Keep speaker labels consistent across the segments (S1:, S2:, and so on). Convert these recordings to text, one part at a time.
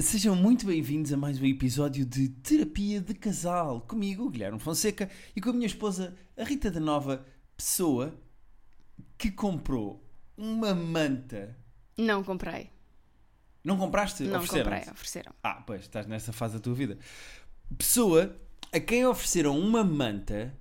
S1: Sejam muito bem-vindos a mais um episódio de Terapia de Casal. Comigo, Guilherme Fonseca, e com a minha esposa, a Rita da Nova, pessoa que comprou uma manta.
S2: Não comprei.
S1: Não compraste?
S2: Não
S1: Ofereceram-te?
S2: comprei, ofereceram.
S1: Ah, pois, estás nessa fase da tua vida. Pessoa a quem ofereceram uma manta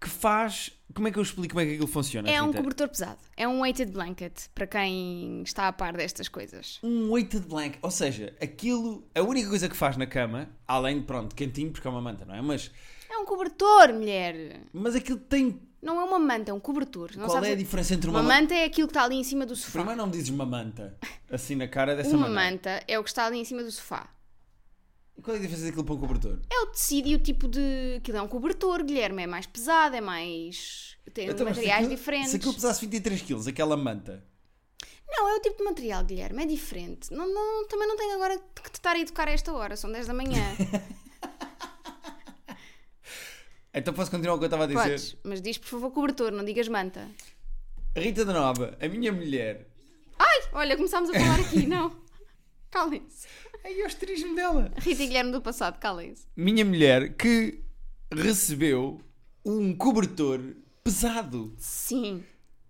S1: que faz. Como é que eu explico como é que aquilo funciona?
S2: É um
S1: Rita?
S2: cobertor pesado. É um weighted blanket, para quem está a par destas coisas.
S1: Um weighted blanket, ou seja, aquilo, a única coisa que faz na cama, além de pronto, quentinho, porque é uma manta, não é? Mas,
S2: É um cobertor, mulher!
S1: mas aquilo tem.
S2: Não é uma manta, é um cobertor. Não
S1: Qual
S2: sabes
S1: é a
S2: o-
S1: diferença entre uma,
S2: Uma
S1: manta?
S2: manta é aquilo que está ali em cima do sofá.
S1: Primeiro não me dizes uma manta, assim na cara dessa
S2: Uma
S1: maneira.
S2: manta é o que está ali em cima do sofá.
S1: E qual é a diferença daquilo para um cobertor?
S2: É o tecido e o tipo de. Aquilo é um cobertor, Guilherme. É mais pesado, é mais. tem
S1: Então, mas se
S2: materiais
S1: aquilo-
S2: diferentes.
S1: Se aquilo pesasse 23 kg, aquela manta,
S2: Não, é o tipo de material, Guilherme, é diferente. Não, não- também não tenho agora que te estar a educar a esta hora, são 10 da manhã.
S1: então posso continuar o que eu estava a dizer?
S2: Podes, mas diz por favor cobertor, não digas manta.
S1: A Rita da Nova, a minha mulher,
S2: Ai, olha, começámos a falar aqui, não. Calem-se.
S1: ai, é o asterismo dela.
S2: Rita e Guilherme do passado, calem-se.
S1: Minha mulher que recebeu um cobertor pesado.
S2: Sim,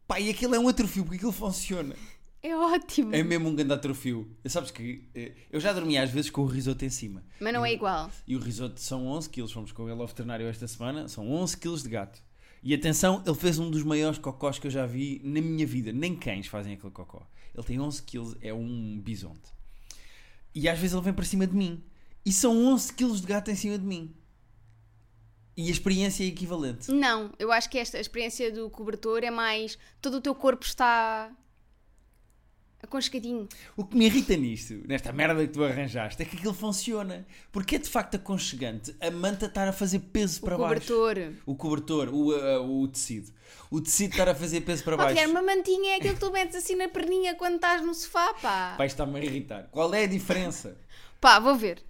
S1: Pá, e aquilo é um atrofio, porque aquilo funciona.
S2: é ótimo.
S1: É mesmo um grande atrofio. Sabes que eh, eu já dormi às vezes com o risoto em cima.
S2: Mas não é igual.
S1: E o risoto são 11 quilos. Fomos com ele ao veterinário esta semana. São 11 quilos de gato. E atenção, ele fez um dos maiores cocós que eu já vi na minha vida. Nem cães fazem aquele cocó. Ele tem 11 quilos, é um bisonte. E às vezes ele vem para cima de mim. E são 11 quilos de gato em cima de mim. E a experiência é equivalente.
S2: Não, eu acho que esta a experiência do cobertor é mais. Todo o teu corpo está. aconchegadinho.
S1: O que me irrita nisto, nesta merda que tu arranjaste, é que aquilo funciona. Porque é de facto aconchegante a manta estar a fazer peso para
S2: o
S1: baixo.
S2: cobertor.
S1: O cobertor, o, ah, o tecido. O tecido estar a fazer peso para
S2: Oh,
S1: baixo.
S2: Guilherme, uma mantinha é aquilo que tu metes assim na perninha quando estás no sofá, pá.
S1: Vai estar-me a irritar. Qual é a diferença?
S2: Pá, vou ver.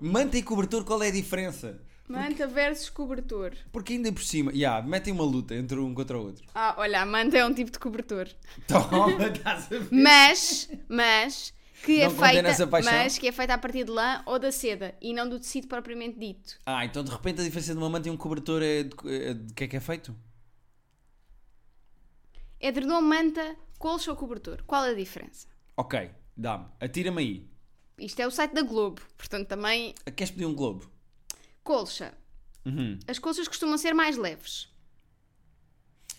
S1: Manta e cobertor, qual é a diferença?
S2: Manta versus cobertor.
S1: Porque ainda por cima, yeah, metem uma luta entre um contra o outro. Então,
S2: Ah, olha, a manta é um tipo de cobertor.
S1: Toma, estás a ver?
S2: Mas, mas, que é
S1: Não contém
S2: feita,
S1: nessa paixão?
S2: mas que é feita a partir de lã ou da seda e não do tecido propriamente dito.
S1: Ah, então de repente a diferença de uma manta e um cobertor é de, é de que é que é feito?
S2: Edredom, manta, colcha ou cobertor. Qual é a diferença?
S1: Ok, dá-me. Atira-me aí.
S2: Isto é o site da Globo, portanto também
S1: Queres pedir um globo?
S2: colcha.
S1: Uhum.
S2: As colchas costumam ser mais leves.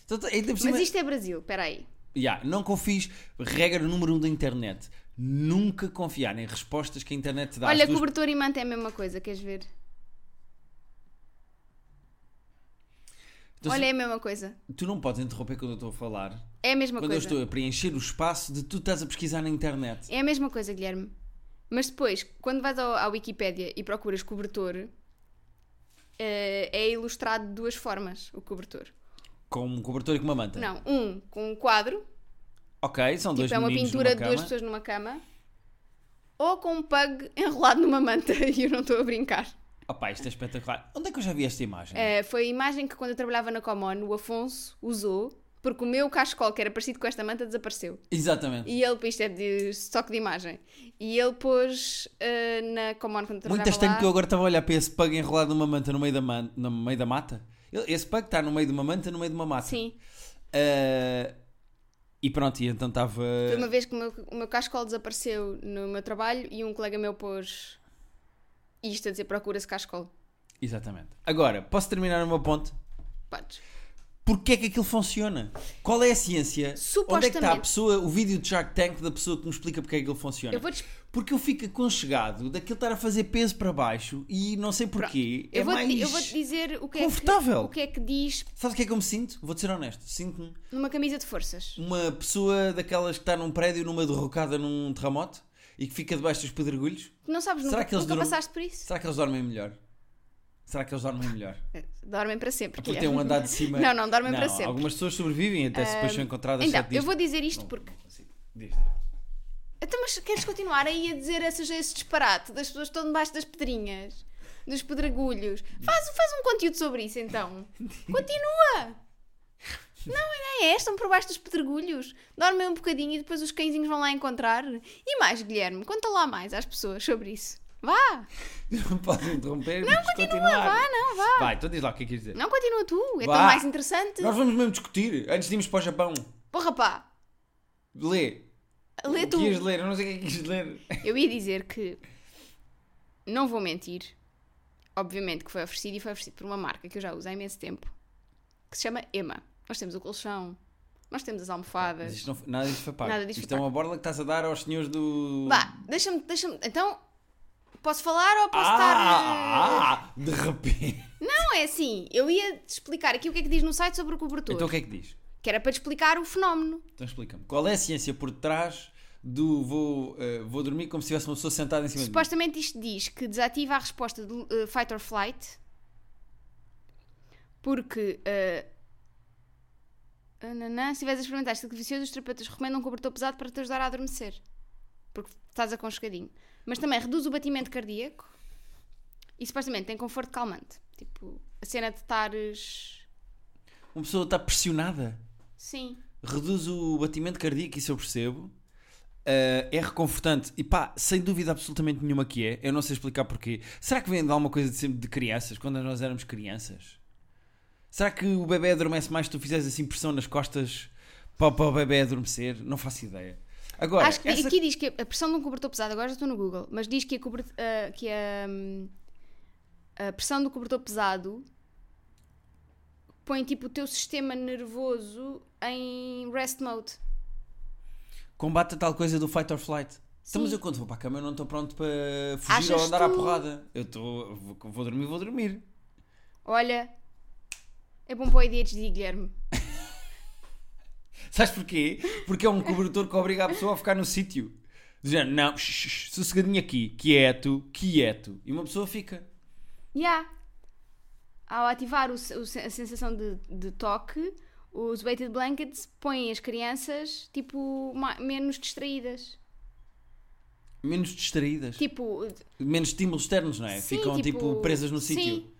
S1: Então, ainda por cima...
S2: Mas isto é Brasil, peraí.
S1: Ya, não confies. Regra número um da internet. Nunca confiar em respostas que a internet dá.
S2: Olha,
S1: às tuas-
S2: cobertor e manta é a mesma coisa, queres ver?
S1: Então, se-
S2: Olha, é a mesma coisa.
S1: Então, Tu não podes interromper quando eu estou a falar.
S2: É a mesma
S1: quando eu
S2: coisa.
S1: estou a preencher o espaço de tu estás a pesquisar na internet.
S2: É a mesma coisa, Guilherme. Mas depois, quando vais ao, à Wikipédia e procuras cobertor, eh, é ilustrado de duas formas o cobertor.
S1: Com um cobertor e com uma manta.
S2: Não, um com um quadro,
S1: Ok, são dois
S2: tipo é uma
S1: meninos
S2: pintura de
S1: numa
S2: duas
S1: cama.
S2: pessoas numa cama, ou com um pug enrolado numa manta, e eu não estou a brincar.
S1: Opa, isto é espetacular. Onde é que eu já vi esta imagem?
S2: Eh, foi a imagem que quando eu trabalhava na Comon, o Afonso usou, porque o meu cachecol, que era parecido com esta manta, desapareceu.
S1: Exatamente.
S2: E ele, isto é de estoque de imagem, e ele pôs eh, na Comon quando eu trabalhava
S1: Muito estranho
S2: lá...
S1: que eu agora estava a olhar para esse pug enrolado numa manta no meio da, man... no meio da mata. Ele- Esse pug está no meio de uma manta, no meio de uma mata.
S2: Sim,
S1: Ah, E pronto, e então estava.
S2: Foi uma vez que o meu, o meu cascol desapareceu no meu trabalho e um colega meu pôs isto a dizer procura-se cascol.
S1: Exatamente. Agora, posso terminar numa ponte?
S2: Podes.
S1: Porquê é que aquilo funciona? Qual é a ciência? Onde é que está a
S2: Supostamente.
S1: pessoa, o vídeo de Shark Tank da pessoa que me explica porque é que aquilo funciona?
S2: Eu vou te,
S1: Porque eu fico aconchegado daquilo estar a fazer peso para baixo e não sei porquê.
S2: eu
S1: é
S2: vou,
S1: mais...
S2: eu vou te dizer o que, é que,
S1: confortável.
S2: o que é que diz
S1: Sabes o que é que eu me sinto? Vou-te ser honesto. Sinto-me
S2: numa camisa de forças.
S1: uma pessoa daquelas que está num prédio numa derrocada num terremoto e que fica debaixo dos pedregulhos.
S2: Não sabes,
S1: Será
S2: nunca,
S1: que eles
S2: nunca
S1: duram-
S2: passaste por isso?
S1: Será que eles dormem melhor? Será que eles dormem melhor?
S2: Dormem para sempre. é.
S1: Porque tem
S2: Guilherme.
S1: um andar de cima.
S2: Não, não, dormem para sempre.
S1: Algumas pessoas sobrevivem até se depois são encontradas
S2: Então,
S1: sete
S2: eu
S1: dias-
S2: vou dizer isto
S1: Não,
S2: porque.
S1: não consigo. Diz.
S2: Então, mas queres continuar aí a dizer essas, esse disparate das pessoas que estão debaixo das pedrinhas, dos pedregulhos? Faz, faz um conteúdo sobre isso então. Continua! Ah, é? Estão por baixo dos pedregulhos. Dormem um bocadinho e depois os cãezinhos vão lá encontrar. E mais, Guilherme, conta lá mais às pessoas sobre isso. Vá!
S1: Não podes interromper. Não, continua,
S2: Vá, não, vá.
S1: Vai, então diz lá o que é que queres dizer.
S2: Não continua tu. É tão
S1: Vá.
S2: mais interessante.
S1: Nós vamos mesmo discutir. Antes de irmos para o Japão,
S2: Porra, pá.
S1: lê.
S2: Lê
S1: O
S2: tu.
S1: que ias ler? Eu não sei o que é que ias ler.
S2: Eu ia dizer que não vou mentir. Obviamente que foi oferecido e foi oferecido por uma marca que eu já uso há imenso tempo, que se chama Ema. Nós temos o colchão, nós temos as
S1: Mas
S2: almofadas.
S1: isto não, foi- nada disto foi pago.
S2: Nada disto
S1: isto
S2: foi
S1: é uma borla que estás a dar aos senhores do.
S2: Vá, deixa-me, deixa-me. Então, posso falar ou posso eh, estar.
S1: ah, ah, de repente.
S2: Não, é assim. Eu ia te explicar aqui o que é que diz no site sobre o cobertor.
S1: Então o que é que diz?
S2: Que era para te explicar o fenómeno.
S1: Então explica-me. Qual é a ciência por trás do vou, eh, vou dormir como se tivesse uma pessoa sentada em cima de mim?
S2: Supostamente isto diz que desativa a resposta de eh, fight or flight porque eh, ananã, se estiveres a experimentar este delicioso, os terapeutas recomendam um cobertor pesado para te ajudar a adormecer porque estás aconchegadinho. Mas também reduz o batimento cardíaco e supostamente tem conforto calmante. Tipo, a cena de estares.
S1: Uma pessoa está pressionada.
S2: Sim.
S1: Reduz o batimento cardíaco, isso eu percebo. Eh, é reconfortante. E pá, sem dúvida absolutamente nenhuma que é. Eu não sei explicar porquê. Será que vem de alguma coisa de, sempre de crianças, quando nós éramos crianças? Será que o bebê adormece mais se tu fizeres assim pressão nas costas para, para o bebê adormecer? Não faço ideia. Agora,
S2: Acho que
S1: essa-
S2: aqui diz que a pressão de um cobertor pesado, agora já estou no Google, mas diz que a, cobert- ah, que a, hum, a pressão do cobertor pesado põe tipo o teu sistema nervoso em rest mode.
S1: combate a tal coisa do fight or flight. Então, mas
S2: Sim.
S1: eu quando vou para a cama eu não estou pronto para fugir ou
S2: Achas
S1: andar à
S2: tu-
S1: porrada. Eu estou. Vou, vou dormir, vou dormir.
S2: Olha, é bom para o ADHD, Guilherme.
S1: Sabes porquê? Porque é um cobertor que obriga a pessoa a ficar no sítio. Dizendo, não, shh, shh, sossegadinho aqui, quieto, quieto. E uma pessoa fica.
S2: Já. Ao ativar o se- o se- a sensação de, de toque, os weighted blankets põem as crianças tipo ma- menos distraídas.
S1: Menos distraídas.
S2: Tipo,
S1: Menos estímulos externos, não é?
S2: Sim,
S1: Ficam tipo,
S2: tipo,
S1: presas no
S2: sim.
S1: sítio.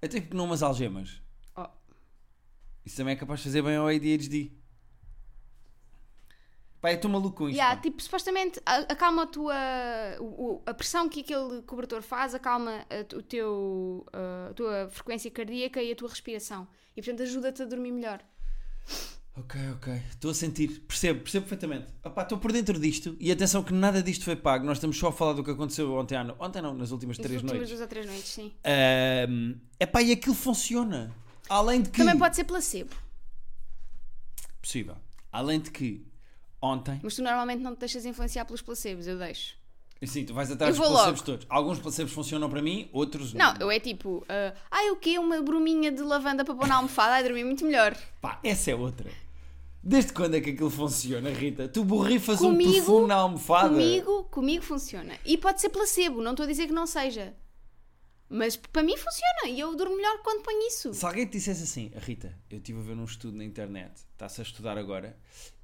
S1: Até porque não umas algemas.
S2: Oh.
S1: Isso também é capaz de fazer bem ao ADHD. Pá, eu estou maluco com isto.
S2: Yeah,
S1: pá.
S2: tipo, supostamente a- acalma a tua. o- o- a pressão que aquele cobertor faz acalma a, tu- o teu, uh, a tua frequência cardíaca e a tua respiração. E portanto ajuda-te a dormir melhor.
S1: Ok, ok. Estou a sentir. Percebo, percebo perfeitamente. Opá, estou por dentro disto. E atenção que nada disto foi pago. Nós estamos só a falar do que aconteceu ontem à no... Ontem não, nas últimas
S2: Nas
S1: três
S2: últimas
S1: noites.
S2: duas ou três noites, sim.
S1: É epá, e aquilo funciona. Além de que.
S2: Também pode ser placebo,
S1: Possível. Além de que. Ontem.
S2: mas tu normalmente não te deixas influenciar pelos placebos, eu deixo.
S1: Sim, tu vais atrás
S2: Eu
S1: dos
S2: vou
S1: placebos todos. Alguns placebos funcionam para mim, outros não.
S2: Não, eu é tipo, uh, ai o quê? Uma bruminha de lavanda para pôr na almofada, ai dormi muito melhor.
S1: Pá, essa é outra. Desde quando é que aquilo funciona, Rita? Tu borrifas
S2: Comigo-
S1: um perfume na almofada.
S2: Comigo, comigo funciona. E pode ser placebo, não estou a dizer que não seja. Mas para mim funciona e eu durmo melhor quando ponho isso.
S1: Se alguém te dissesse assim, Rita, eu estive a ver um estudo na internet, está-se a estudar agora,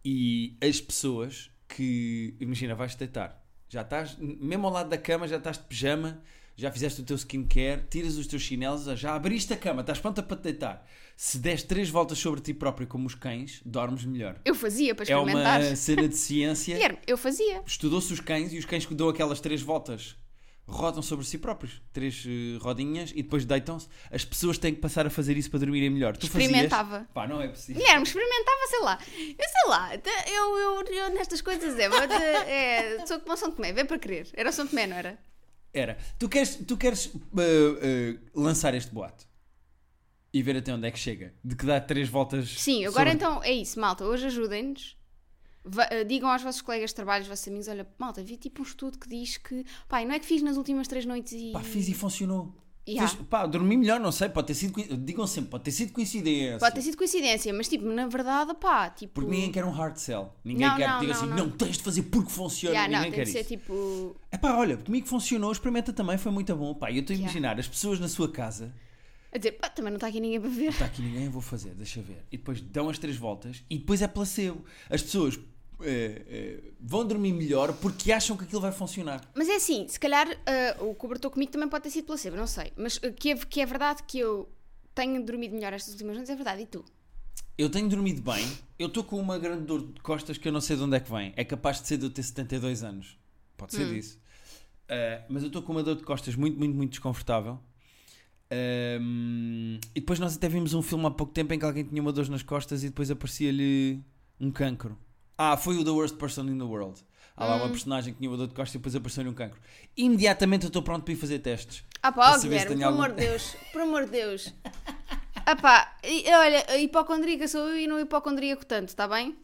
S1: e as pessoas que. Imagina, vais te deitar, já estás, mesmo ao lado da cama, já estás de pijama, já fizeste o teu skincare, tiras os teus chinelos, já abriste a cama, estás pronta para te deitar. Se des três voltas sobre ti próprio, como os cães, dormes melhor.
S2: Eu fazia para
S1: É
S2: experimentar.
S1: uma cena de ciência.
S2: Guilherme, eu fazia.
S1: Estudou-se os cães e os cães que dão aquelas três voltas rodam sobre si próprios, três eh, rodinhas e depois deitam-se. As pessoas têm que passar a fazer isso para dormirem melhor. Tu fazias?
S2: Experimentava.
S1: Pá, não é possível.
S2: Guilherme, experimentava, sei lá. Eu sei lá, te- eu, eu, eu nestas coisas é, mas, eh, é, sou como o São Tomé, vem para querer. Era o São Tomé, não era?
S1: Era. Tu queres, tu queres eh, eh, lançar este boato e ver até onde é que chega. De que dá três voltas.
S2: Sim, agora
S1: sobre-
S2: então é isso, malta. Hoje ajudem-nos. Va- eh, Digam aos vossos colegas de trabalho, aos vossos amigos: olha, malta, vi tipo um estudo que diz que. Pai, não é que fiz nas últimas três noites e.
S1: Pá, fiz e funcionou.
S2: Yeah.
S1: Fiz- pá, dormi melhor, não sei, pode ter sido. coi- Digam sempre, pode ter sido coincidência.
S2: Pode ter sido coincidência, mas tipo, na verdade, pá, tipo.
S1: Porque ninguém quer um hard sell. Ninguém
S2: Não,
S1: quer que
S2: não,
S1: diga
S2: não,
S1: assim, não.
S2: não.
S1: tens de fazer porque funciona.
S2: Yeah, não,
S1: ninguém quer
S2: tem de
S1: isso.
S2: ser tipo.
S1: Epá, olha, comigo funcionou, experimenta também, foi muito bom. Pá, eu estou a
S2: Yeah.
S1: imaginar as pessoas na sua casa,
S2: A dizer, pá, também não está aqui ninguém para ver.
S1: está aqui ninguém, eu vou fazer, deixa ver. E depois dão as três voltas e depois é placebo. As pessoas eh, eh, vão dormir melhor porque acham que aquilo vai funcionar.
S2: Mas é assim, se calhar ah, o cobertor comigo também pode ter sido placebo, não sei. Mas ah, que, é, que é verdade que eu tenho dormido melhor estas últimas noites, é verdade. E tu?
S1: Eu tenho dormido bem. Eu estou com uma grande dor de costas que eu não sei de onde é que vem. É capaz de ser de eu ter 72 anos. Pode
S2: Hum.
S1: ser disso. Ah, mas eu estou com uma dor de costas muito, muito, muito desconfortável. Ahm, e depois nós até vimos um filme há pouco tempo em que alguém tinha uma dor nas costas e depois aparecia-lhe um cancro. Ah, foi o The Worst Person in the World. Há lá
S2: Hum.
S1: uma personagem que tinha uma dor de costas e depois apareceu-lhe um cancro. Imediatamente eu estou pronto para ir fazer testes.
S2: Ah pá, ó,
S1: Para saber se
S2: Guilherme,
S1: tenho
S2: por amor de Deus, por amor de Deus. Ah pá, e- olha, a hipocondríaca sou eu e não hipocondríaco tanto, está bem?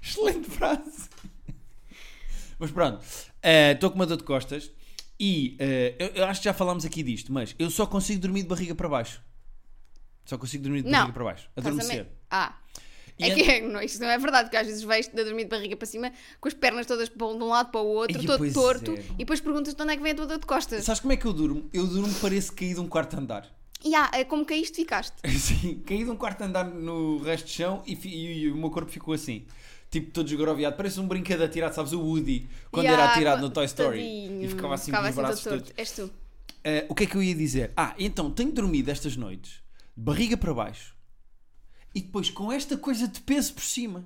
S1: Excelente frase. Mas pronto, eh, estou com uma dor de costas e eh, eu, eu acho que já falámos aqui disto, mas eu só consigo dormir de barriga para baixo. Só consigo dormir de
S2: Não.
S1: barriga para baixo.
S2: Estás a me-
S1: Adormecer.
S2: Ah.
S1: E
S2: é
S1: an-
S2: que é- não, isto não é verdade, porque às vezes vais a dormir de barriga para cima, com as pernas todas para um- de um lado para o outro,
S1: Ih,
S2: todo
S1: pois
S2: torto,
S1: é.
S2: e depois perguntas de onde é que vem a tua dor de costas.
S1: Sabes como é que eu durmo? Eu durmo parece caído um quarto andar.
S2: E ah, é como caíste, ficaste.
S1: Assim, caí de um quarto andar no resto de chão e, fi- e o meu corpo ficou assim. Tipo, todo esgroviado. Parece um brinquedo atirado, sabes? O Woody, quando
S2: Ya,
S1: era atirado
S2: co-
S1: no Toy Story.
S2: tadinho,
S1: E ficava assim com os
S2: todo
S1: braços todos.
S2: torto. És tu.
S1: Eh, o que é que eu ia dizer? Ah, então tenho dormido estas noites de barriga para baixo e depois com esta coisa de peso por cima.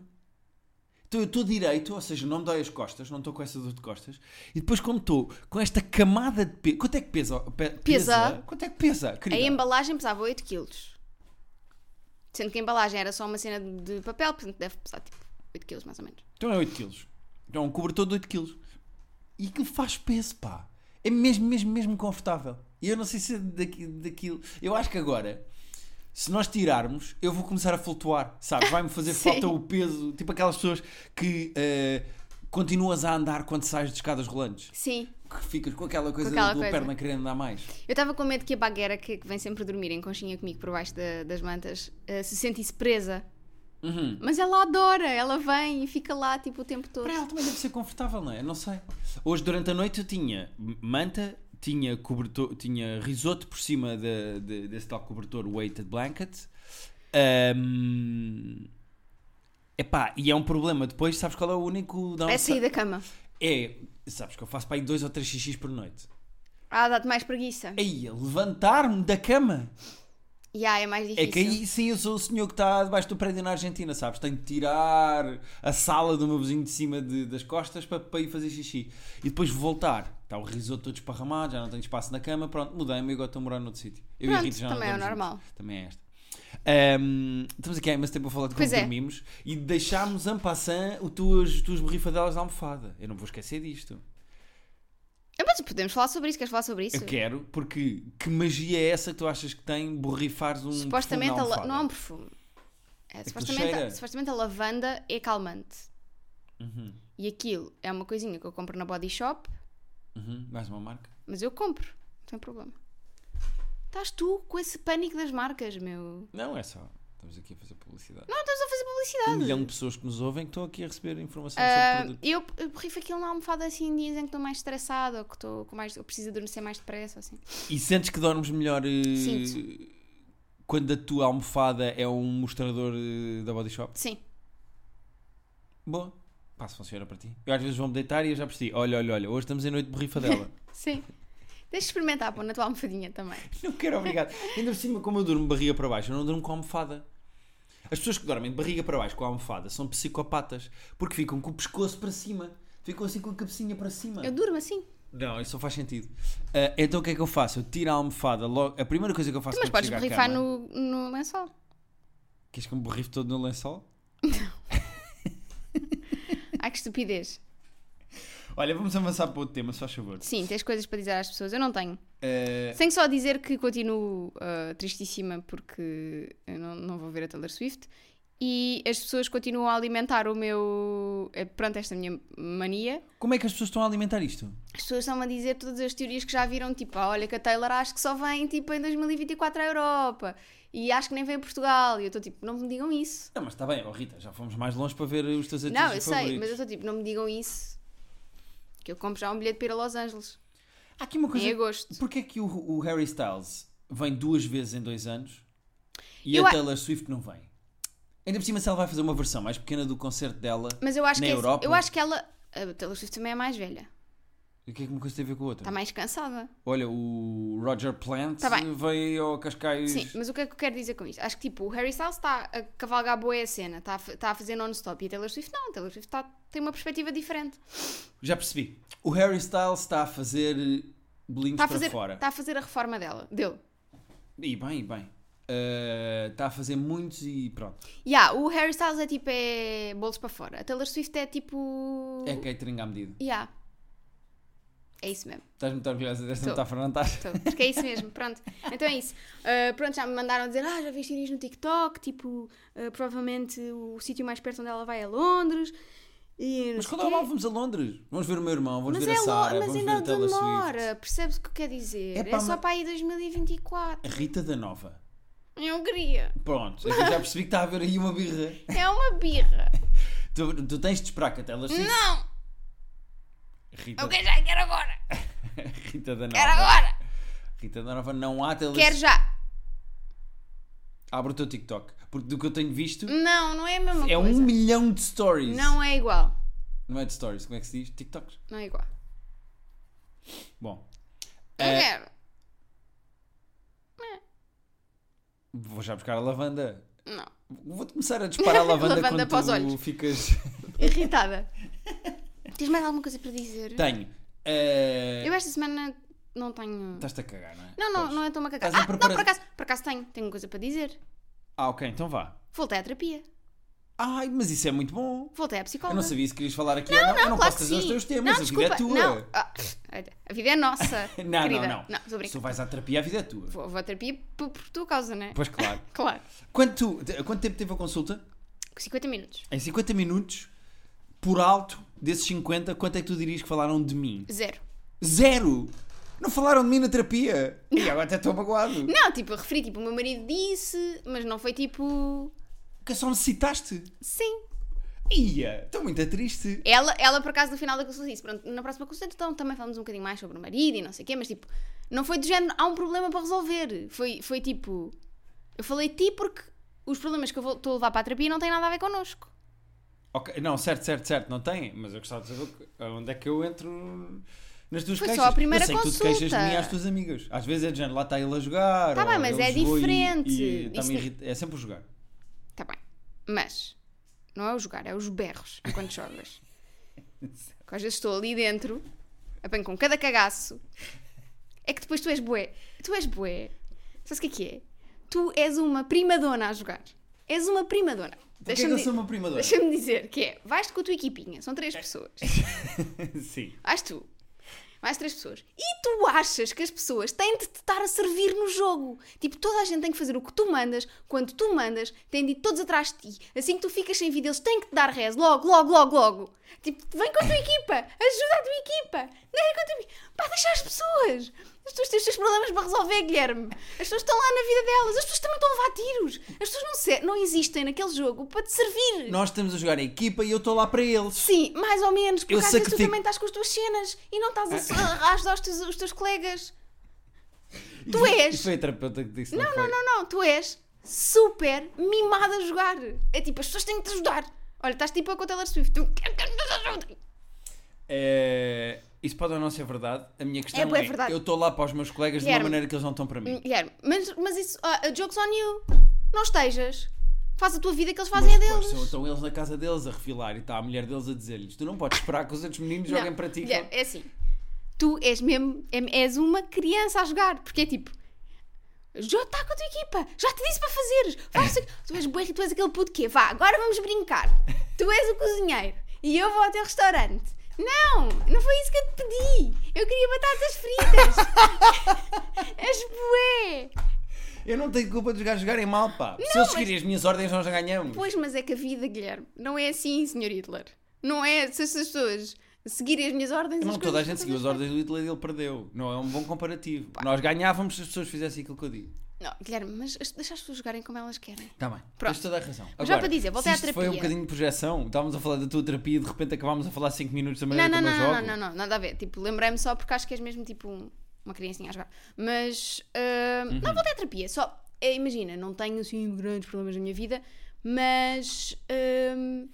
S1: Então eu estou direito, ou seja, não me dói as costas, não estou com essa dor de costas. E depois, como estou com esta camada de peso. Quanto é que pesa? Pe-
S2: Pesa?
S1: Quanto é que pesa?
S2: A
S1: Querida?
S2: embalagem pesava 8 quilos. Sendo que a embalagem era só uma cena de de papel, portanto deve pesar tipo 8 quilos mais ou menos.
S1: Então é 8 quilos. Então é um cobertor de 8 quilos. E aquilo faz peso, pá. É mesmo, mesmo, mesmo confortável. E eu não sei se é daqui, daquilo. Eu acho que agora, se nós tirarmos, eu vou começar a flutuar, sabes? Vai-me fazer
S2: Sim.
S1: falta o peso. Tipo aquelas pessoas que eh, continuas a andar quando sais de escadas rolantes.
S2: Sim.
S1: Que ficas com aquela coisa
S2: aquela
S1: da tua
S2: coisa.
S1: perna querendo andar mais.
S2: Eu estava com medo que a bagueira, que, que vem sempre dormir em conchinha comigo por baixo da- das mantas, eh, se sentisse presa.
S1: Uhum.
S2: Mas ela adora, ela vem e fica lá tipo o tempo todo.
S1: Para ela também deve ser confortável, não é? Eu Não sei. Hoje, durante a noite, eu tinha manta, tinha, cobertor, tinha risoto por cima de- de- desse tal cobertor weighted blanket. Ahm, Epá, e é um problema. Depois, sabes qual é o único
S2: É
S1: downside?
S2: sair da cama.
S1: É, sabes que eu faço para aí dois ou três xixis por noite.
S2: Ah, dá-te mais preguiça.
S1: Aí, levantar-me da cama.
S2: E ah, é mais
S1: É
S2: difícil.
S1: que aí sim eu sou o senhor que está debaixo do prédio na Argentina, sabes? Tenho de tirar a sala do meu vizinho de cima de- das costas para, para ir fazer xixi. E depois voltar. Está o risoto todo esparramado, já não tenho espaço na cama, pronto, mudei-me e agora estou a morar noutro sítio. Eu e
S2: Pronto,
S1: a Rita já não
S2: também é
S1: andamos
S2: normal.
S1: juntos. Também é esta. Ahm, estamos aqui há imenso tempo a falar de como
S2: Pois é.
S1: dormimos e deixámos en passant as tuas, tuas borrifadelas na almofada. Eu não vou esquecer disto.
S2: Ah, Mas podemos falar sobre isso, queres falar sobre isso?
S1: Eu quero, porque que magia é essa que tu achas que tem borrifares um
S2: supostamente
S1: perfume na
S2: a la-
S1: almofada?
S2: não é um perfume. É,
S1: que
S2: supostamente,
S1: cheira.
S2: supostamente a lavanda é calmante. E aquilo é uma coisinha que eu compro na Body Shop,
S1: Uhum, mais uma marca.
S2: mas eu compro, não tem problema. Estás tu com esse pânico das marcas, meu.
S1: Não, é só. Estamos aqui a fazer publicidade.
S2: Não estás a fazer publicidade.
S1: um milhão de pessoas que nos ouvem que estão aqui a receber informação
S2: Ah,
S1: sobre produtos.
S2: eu, eu borrifo aquilo na almofada assim em dias em que estou mais estressada ou que estou com mais. Eu preciso adormecer mais depressa, ou assim.
S1: E sentes que dormes melhor eh,
S2: Sinto.
S1: quando a tua almofada é um mostrador eh, da Body Shop?
S2: Sim.
S1: Boa. Pá, se funciona para ti. Eu às vezes vou-me deitar e eu já percebi. Olha, olha, olha, hoje estamos em noite de borrifadela.
S2: Sim. Deixa experimentar, pô, na tua almofadinha também.
S1: não quero, obrigado. Ainda por cima, como eu durmo de barriga para baixo, eu não durmo com a almofada. As pessoas que dormem de barriga para baixo com a almofada são psicopatas porque ficam com o pescoço para cima. Ficam assim com a cabecinha para cima.
S2: Eu durmo assim.
S1: Não, isso só faz sentido. Ah, então o que é que eu faço? Eu tiro a almofada logo. A primeira coisa que eu faço
S2: Então, Mas
S1: quando
S2: podes
S1: chego à
S2: borrifar
S1: cama-
S2: no, no lençol.
S1: Queres que eu me borrife todo no lençol?
S2: Ai, que estupidez.
S1: Olha, vamos avançar para outro tema, se faz favor.
S2: Sim, tens coisas para dizer às pessoas. Eu não tenho.
S1: Ah,
S2: Tenho só a dizer que continuo ah, tristíssima porque eu não, não vou ver a Taylor Swift e as pessoas continuam a alimentar o meu. eh, Pronto, esta minha mania.
S1: como é que as pessoas estão a alimentar isto?
S2: As pessoas estão-me a dizer todas as teorias que já viram, tipo, ah, olha que a Taylor acho que só vem tipo em 2024 à Europa e acho que nem vem a Portugal. E eu estou tipo, não me digam isso.
S1: Não, mas está bem, oh Rita, já fomos mais longe para ver os teus artistas
S2: não, eu sei,
S1: favoritos.
S2: mas eu estou tipo, não me digam isso. Que eu compro já um bilhete para ir a Los Angeles
S1: Há aqui uma
S2: em
S1: coisa.
S2: agosto.
S1: Porquê é que o, o Harry Styles vem duas vezes em dois anos e
S2: Eu
S1: a
S2: a-
S1: Taylor Swift não vem? Ainda por cima, se ela vai fazer uma versão mais pequena do concerto dela
S2: Mas eu acho
S1: na
S2: que esse-
S1: Europa.
S2: eu acho que ela a Taylor Swift também é mais velha.
S1: E o que é que uma coisa tem a ver com a outra?
S2: Está mais cansada.
S1: Olha, o Roger Plant
S2: Tá bem.
S1: veio ao Cascais.
S2: Sim, mas o que é que eu quero dizer com isto? Acho que tipo, o Harry Styles está a cavalgar boa a cena, está a, fa- está a fazer non-stop e a Taylor Swift não, a Taylor Swift está- tem uma perspectiva diferente.
S1: Já percebi. O Harry Styles está a fazer eh, bolinhos
S2: Está Tá
S1: para
S2: a, fazer,
S1: fora.
S2: está a fazer a reforma dela, dele.
S1: E bem, e bem. Ah, está a fazer muitos e pronto.
S2: Yeah, o Harry Styles é tipo é bolos para fora, a Taylor Swift é tipo.
S1: É catering à medida.
S2: Yeah. É isso mesmo.
S1: Estás muito orgulhosa desta
S2: Tô.
S1: metáfora, não estás?
S2: Tô, porque é isso mesmo, pronto. Então é isso. Uh, pronto, já me mandaram dizer, ah, já viste Iris no TikTok, tipo, uh, provavelmente o sítio mais perto onde ela vai é Londres. E não
S1: Mas
S2: sei
S1: quando
S2: quê.
S1: é mal vamos a Londres. Vamos ver o meu irmão, vamos
S2: Mas,
S1: ver
S2: é
S1: a
S2: lo-
S1: Sara,
S2: mas
S1: vamos ver a
S2: ainda
S1: Taylor
S2: demora,
S1: Swift.
S2: percebes o que eu quero dizer?
S1: Epá,
S2: é só
S1: mas-
S2: para aí 2024.
S1: A Rita da Nova.
S2: Em Hungria.
S1: Pronto, é que eu já percebi que está a haver aí uma birra.
S2: É uma birra.
S1: Tu, tu tens de esperar que a Taylor Swift.
S2: Não, é
S1: Rita,
S2: eu quero já, quero agora.
S1: Rita da
S2: Quero
S1: Nova.
S2: agora.
S1: Rita da Nova não há Taylor
S2: Quero
S1: Swift.
S2: já.
S1: Abre o teu TikTok. Porque do que eu tenho visto
S2: Não, não é a mesma
S1: é
S2: coisa.
S1: um milhão de stories.
S2: Não é igual.
S1: Não é de stories, como é que se diz? TikToks.
S2: Não é igual.
S1: Bom,
S2: Não
S1: É.
S2: quero.
S1: vou já buscar a lavanda.
S2: Não.
S1: Vou-te começar a disparar a lavanda,
S2: Lavanda
S1: quando
S2: para os
S1: tu
S2: olhos.
S1: ficas.
S2: Irritada. Tens mais alguma coisa para dizer?
S1: Tenho. Eh,
S2: Eu esta semana não tenho.
S1: Estás-te a cagar, não é?
S2: Não, não,
S1: Pois.
S2: não é tão macaca. Ah,
S1: Estás em
S2: não, por
S1: prepara-
S2: acaso, por acaso tenho. Tenho coisa para dizer.
S1: Ah, ok, então vá.
S2: Voltei à terapia.
S1: Ai, mas isso é muito bom.
S2: Voltei à psicóloga.
S1: Eu não sabia se querias falar aqui ou não. Eu não
S2: claro
S1: posso
S2: que
S1: trazer os
S2: sim.
S1: teus temas,
S2: Não,
S1: a vida é tua.
S2: Não, Ah, olha, a vida é nossa.
S1: Não,
S2: querida.
S1: não, não.
S2: estou a
S1: se tu
S2: brincar.
S1: vais à terapia, a vida é tua.
S2: Vou, vou à terapia por, por tua causa, né?
S1: Pois claro.
S2: Claro.
S1: Quanto, tu- te- quanto tempo teve a consulta?
S2: Com 50 minutos.
S1: Em 50 minutos, por alto, desses 50, quanto é que tu dirias que falaram de mim?
S2: Zero.
S1: Zero! Não falaram de mim na terapia! E agora até estou magoado.
S2: Não, tipo, referi, tipo, o meu marido disse, mas não foi tipo.
S1: Porque só me citaste.
S2: Sim.
S1: Ia! Estou muito triste.
S2: Ela, ela, por acaso, no final da consulta disse: Pronto, na próxima consulta, então também falamos um bocadinho mais sobre o marido e não sei o quê, mas tipo, não foi do género, há um problema para resolver. Foi, foi tipo, eu falei de ti porque os problemas que eu vou- estou a levar para a terapia não têm nada a ver connosco.
S1: Ok, não, certo, certo, certo, não tem, mas eu gostava de saber o- onde é que eu entro nas tuas
S2: Foi só
S1: queixas.
S2: a primeira
S1: eu sei que tu te
S2: consulta.
S1: queixas de mim às tuas amigas. Às vezes é de género, lá está ele a jogar.
S2: Tá
S1: ou
S2: bem, mas
S1: ele
S2: é
S1: jogou e-
S2: diferente.
S1: e está-me
S2: Isso não-
S1: irrit- É sempre o jogar.
S2: Tá bem. Mas não é o jogar, é os berros enquanto jogas. Porque às vezes estou ali dentro, apanho com cada cagaço. É que depois tu és bué. Tu és bué. Sabes o que é que é? Tu és uma primadona a jogar. És uma primadona.
S1: Porquê é que
S2: Deixa-me
S1: eu
S2: di-
S1: sou uma prima dona?
S2: deixa-me dizer que é, vais com a tua equipinha, são três pessoas.
S1: Sim.
S2: Vais tu. Mais três pessoas. E tu achas que as pessoas têm de te estar a servir no jogo? Tipo, toda a gente tem que fazer o que tu mandas, quando tu mandas, têm de ir todos atrás de ti. Assim que tu ficas sem vida, eles têm que te dar res. Logo, logo, logo, logo. Tipo, vem com a tua equipa. Ajuda a tua equipa. Não é com a tua equipa. Pá, deixa as pessoas. As pessoas têm os seus problemas para resolver, Guilherme. As pessoas estão lá na vida delas. As pessoas também estão a levar tiros. As pessoas não, se- não existem naquele jogo para te servir.
S1: Nós estamos a jogar em equipa e eu estou lá para eles.
S2: Sim, mais ou menos, porque
S1: Eu
S2: às
S1: sei
S2: vezes
S1: que Ah.
S2: tu
S1: te-
S2: também estás com as tuas cenas e não estás a so- a ajudar os teus, os teus colegas. Tu
S1: E-
S2: és.
S1: E foi a terapeuta que disse. Não,
S2: Não,
S1: foi?
S2: não, não, não, tu és super mimada a jogar. É tipo, as pessoas têm que te ajudar. Olha, estás tipo a com a Taylor Swift. Tu quero que nos ajudem.
S1: É, Isso pode ou não ser verdade. A minha questão
S2: É,
S1: é,
S2: é verdade.
S1: eu estou lá para os meus colegas de
S2: Guilherme.
S1: uma maneira que eles não estão para mim.
S2: Guilherme, mas, mas isso, ah, a jokes on you. Não estejas. Faz a tua vida que eles fazem a
S1: Mas depois
S2: deles.
S1: são- Estão eles na casa deles a refilar e está a mulher deles a dizer-lhes: Tu não podes esperar que os outros meninos joguem
S2: Não,
S1: para ti.
S2: Guilherme, é assim. Tu és mesmo. é- És uma criança a jogar. Porque é tipo. Já está com a tua equipa. Já te disse para fazeres. Vai, não sei o quê. tu és burro e tu és aquele puto que é. Vá, agora vamos brincar. Tu és o cozinheiro. E eu vou ao teu restaurante. Não, não foi isso que eu te pedi. Eu queria batatas fritas. és bué.
S1: Eu não tenho culpa de jogar jogarem mal, pá. Se eles seguirem as minhas ordens, nós já ganhamos.
S2: Pois, mas é que a vida, Guilherme, não é assim, Sr. Hitler. Não é se as pessoas seguirem as minhas ordens...
S1: não,
S2: as
S1: toda a
S2: coisas
S1: gente
S2: assim.
S1: seguiu
S2: vão
S1: as
S2: acontecer.
S1: ordens do Hitler e ele perdeu. Não é um bom comparativo. Nós ganhávamos se as pessoas fizessem aquilo que eu digo.
S2: Não, Guilherme, mas as- deixa as pessoas jogarem como elas querem.
S1: Está bem.
S2: Pronto.
S1: Tens toda a razão.
S2: Mas já para dizer, voltei
S1: se
S2: à
S1: isto foi um
S2: terapia.
S1: bocadinho de projeção. Estávamos a falar da tua terapia e de repente acabámos a falar 5 minutos da
S2: Não,
S1: maneira
S2: não,
S1: como
S2: não,
S1: eu
S2: não,
S1: jogo.
S2: não, não, nada a ver. Tipo, lembrei-me só porque acho que és mesmo tipo um- uma criancinha a jogar. Mas ah,
S1: Uhum.
S2: não vou ter terapia, só eh, imagina, não tenho assim grandes problemas na minha vida, mas ah,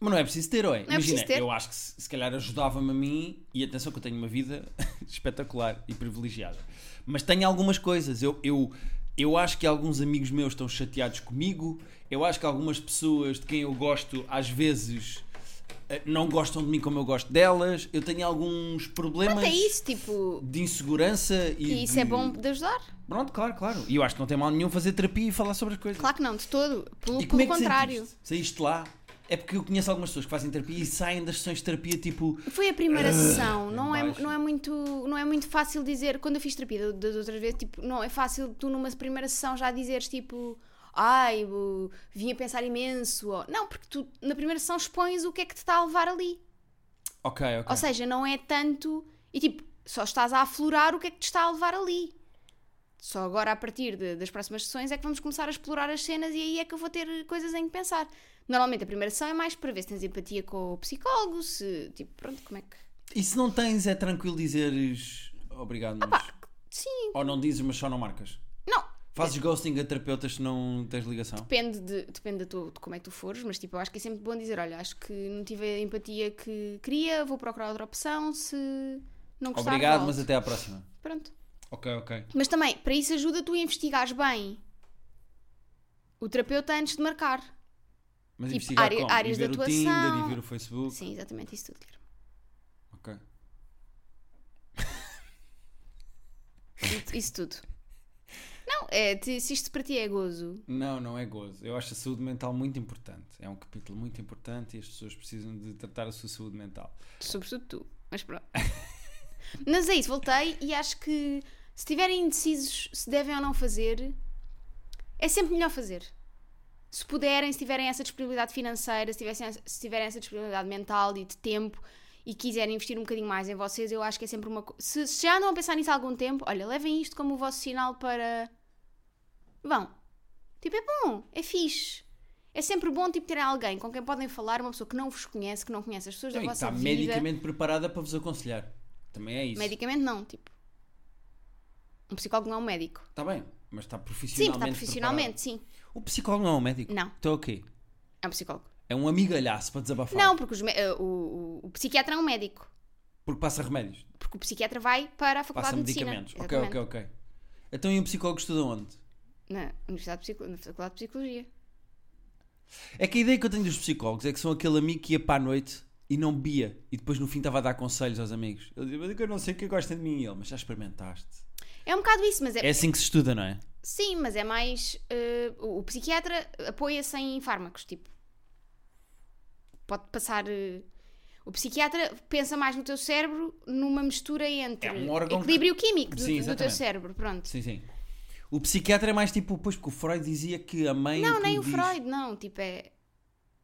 S1: Mas não é preciso ter, ou é?
S2: Não é
S1: Imagina,
S2: preciso ter.
S1: eu acho que se, se calhar ajudava-me a mim, e atenção que eu tenho uma vida espetacular e privilegiada. Mas tenho algumas coisas. Eu, eu, eu acho que alguns amigos meus estão chateados comigo, eu acho que algumas pessoas de quem eu gosto às vezes eh, não gostam de mim como eu gosto delas, eu tenho alguns problemas
S2: Mas é isso, tipo.
S1: de insegurança e.
S2: E isso é
S1: de-
S2: bom de ajudar?
S1: Pronto, claro, claro. E eu acho que não tem mal nenhum fazer terapia e falar sobre as coisas.
S2: Claro que não, de todo. Pelo,
S1: E
S2: pelo
S1: como é que te
S2: contrário.
S1: Saíste? Saíste lá? É porque eu conheço algumas pessoas que fazem terapia e saem das sessões de terapia tipo.
S2: Foi a primeira sessão, não é,
S1: baixo.
S2: não, é muito, não é muito fácil dizer, quando eu fiz terapia das outras vezes, tipo, não é fácil tu numa primeira sessão já dizeres tipo, ai, eu vim a pensar imenso, ou- não, porque tu na primeira sessão expões o que é que te está a levar ali,
S1: Ok, ok.
S2: ou seja, não é tanto, e tipo, só estás a aflorar o que é que te está a levar ali. Só agora, a partir de- das próximas sessões, é que vamos começar a explorar as cenas e aí é que eu vou ter coisas em que pensar. Normalmente a primeira sessão é mais para ver se tens empatia com o psicólogo, se, tipo, pronto, como é que...
S1: E se não tens, é tranquilo dizeres obrigado, mas.
S2: Sim,
S1: Ou não dizes, mas só não marcas.
S2: não, É.
S1: Fazes ghosting a terapeutas se não tens ligação.
S2: depende, de, depende da tua- de como é que tu fores, mas tipo, eu acho que é sempre bom dizer, olha, acho que não tive a empatia que queria, vou procurar outra opção, se não gostar,
S1: Obrigado, mas
S2: volto.
S1: até à próxima.
S2: Pronto.
S1: Ok, ok.
S2: Mas também, para isso ajuda tu a investigares bem o terapeuta antes de marcar.
S1: Mas
S2: Tipo,
S1: investigar
S2: área-
S1: como?
S2: áreas
S1: e ver
S2: de
S1: o Tinder
S2: atuação.
S1: e ver o Facebook.
S2: Sim, exatamente isso tudo, Guilherme.
S1: Ok.
S2: Isso- Isso tudo. Não, é, te- se isto para ti é gozo,
S1: Não, não é gozo. Eu acho a saúde mental muito importante. É um capítulo muito importante e as pessoas precisam de tratar a sua saúde mental.
S2: sobretudo tu, mas pronto. mas é isso, voltei e acho que se estiverem indecisos se devem ou não fazer, é sempre melhor fazer. Se puderem, se tiverem essa disponibilidade financeira, se, tivessem, se tiverem essa disponibilidade mental e de tempo e quiserem investir um bocadinho mais em vocês, eu acho que é sempre uma coisa. Se, se já andam a pensar nisso há algum tempo, olha, levem isto como o vosso sinal para. Vão. Tipo, é bom, é fixe. É sempre bom tipo, terem alguém com quem podem falar, uma pessoa que não vos conhece, que não conhece as pessoas
S1: E
S2: da vossa
S1: está
S2: vida.
S1: medicamente preparada para vos aconselhar. Também é isso.
S2: Medicamente não, tipo. Um psicólogo não é um médico.
S1: Está Tá bem, mas está
S2: Sim,
S1: profissionalmente.
S2: está profissionalmente, sim.
S1: preparado. O psicólogo não é um médico?
S2: Não.
S1: Então é o quê?
S2: É um psicólogo.
S1: É um amigalhaço para desabafar.
S2: Não, porque os me- eh, o, o- o psiquiatra é um médico.
S1: Porque passa remédios,
S2: Porque o psiquiatra vai para a Faculdade
S1: passa
S2: de Medicina.
S1: medicamentos. Ok,
S2: Exatamente.
S1: ok, ok. Então e um psicólogo estuda onde?
S2: Na Universidade de Psico- na Faculdade de Psicologia.
S1: É que a ideia que eu tenho dos psicólogos é que são aquele amigo que ia para a noite e não bebia e depois no fim estava a dar conselhos aos amigos. Ele dizia, mas é que eu não sei o que gostam de mim e ele, mas já experimentaste.
S2: É um bocado isso, mas é.
S1: É assim que se estuda, não é?
S2: Sim, mas é mais. eh, o, o psiquiatra apoia-se em fármacos, tipo. Pode passar. eh, o psiquiatra pensa mais no teu cérebro numa mistura entre
S1: É um órgão
S2: equilíbrio químico do,
S1: Sim,
S2: do teu
S1: exatamente.
S2: cérebro, pronto.
S1: Sim, sim. O psiquiatra é mais tipo, pois, porque o Freud dizia que a mãe.
S2: Não,
S1: É que
S2: nem o
S1: diz-
S2: Freud, não. Tipo, é,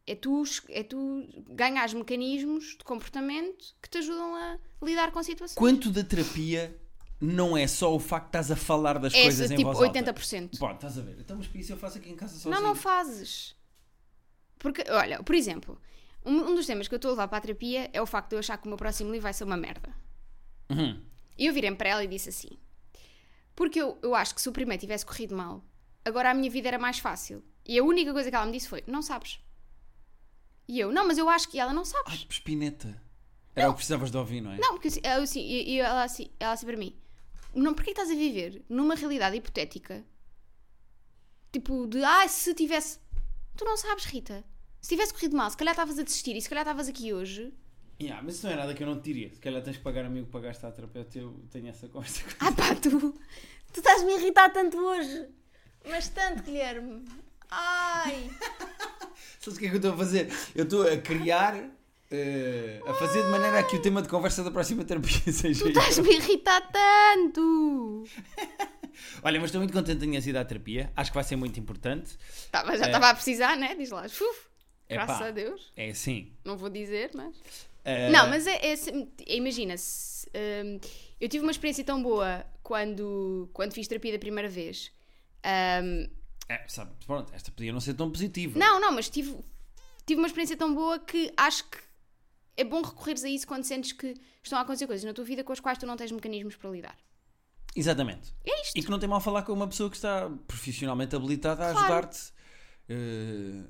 S2: é, tu, es- é tu ganhas mecanismos de comportamento que te ajudam a lidar com a situação.
S1: Quanto da terapia não é só o facto de estás a falar das
S2: é
S1: coisas em
S2: tipo
S1: voz alta?
S2: 80%.
S1: Pronto, estás a ver. Então, mas para isso eu faço aqui em casa sozinho.
S2: Não, não fazes. Porque, olha, por exemplo, um, um dos temas que eu estou a levar para a terapia é o facto de eu achar que o meu próximo livro vai ser uma merda.
S1: Uhum.
S2: E eu virei para ela e disse assim: Porque eu, eu acho que se o primeiro tivesse corrido mal, agora a minha vida era mais fácil. E a única coisa que ela me disse foi: Não sabes. E eu: Não, mas eu acho que ela não sabes.
S1: Ai, Pespineta. Era o que precisavas de ouvir, não é?
S2: Não, porque assim, eu, assim, e- e ela, assim, ela assim para mim, não, porque estás a viver numa realidade hipotética? Tipo, de ah, se tivesse. Tu não sabes, Rita. Se tivesse corrido mal, se calhar estavas a desistir e se calhar estavas aqui hoje.
S1: Yeah, mas isso não é nada que eu não te diria. Se calhar tens que pagar amigo para gastar a terapeuta. Eu tenho essa conversa com
S2: Ah pá, tu. Tu estás-me a irritar tanto hoje. Mas tanto, Guilherme. Ai.
S1: Sabes o que é que eu estou a fazer? Eu estou a criar, eh, a fazer de maneira a que o tema de conversa da próxima terapia seja isso.
S2: Estás-me a irritar tanto.
S1: Olha, mas estou muito contente que tenhas ido à terapia. Acho que vai ser muito importante.
S2: Tava, Tá, já
S1: É.
S2: estava a precisar, né? Diz lá. Uf,
S1: Epá.
S2: graças a Deus.
S1: É assim.
S2: Não vou dizer, mas.
S1: Eh,
S2: Não, mas é, é se- imagina, se, hum, eu tive uma experiência tão boa quando, quando fiz terapia da primeira vez. Hum,
S1: é, sabe, pronto, esta podia não ser tão positiva.
S2: não, não, mas tive, tive uma experiência tão boa que acho que é bom recorreres a isso quando sentes que estão a acontecer coisas na tua vida com as quais tu não tens mecanismos para lidar.
S1: Exatamente.
S2: É isto.
S1: E que não tem mal falar com uma pessoa que está profissionalmente habilitada a
S2: Claro.
S1: ajudar-te. Eh,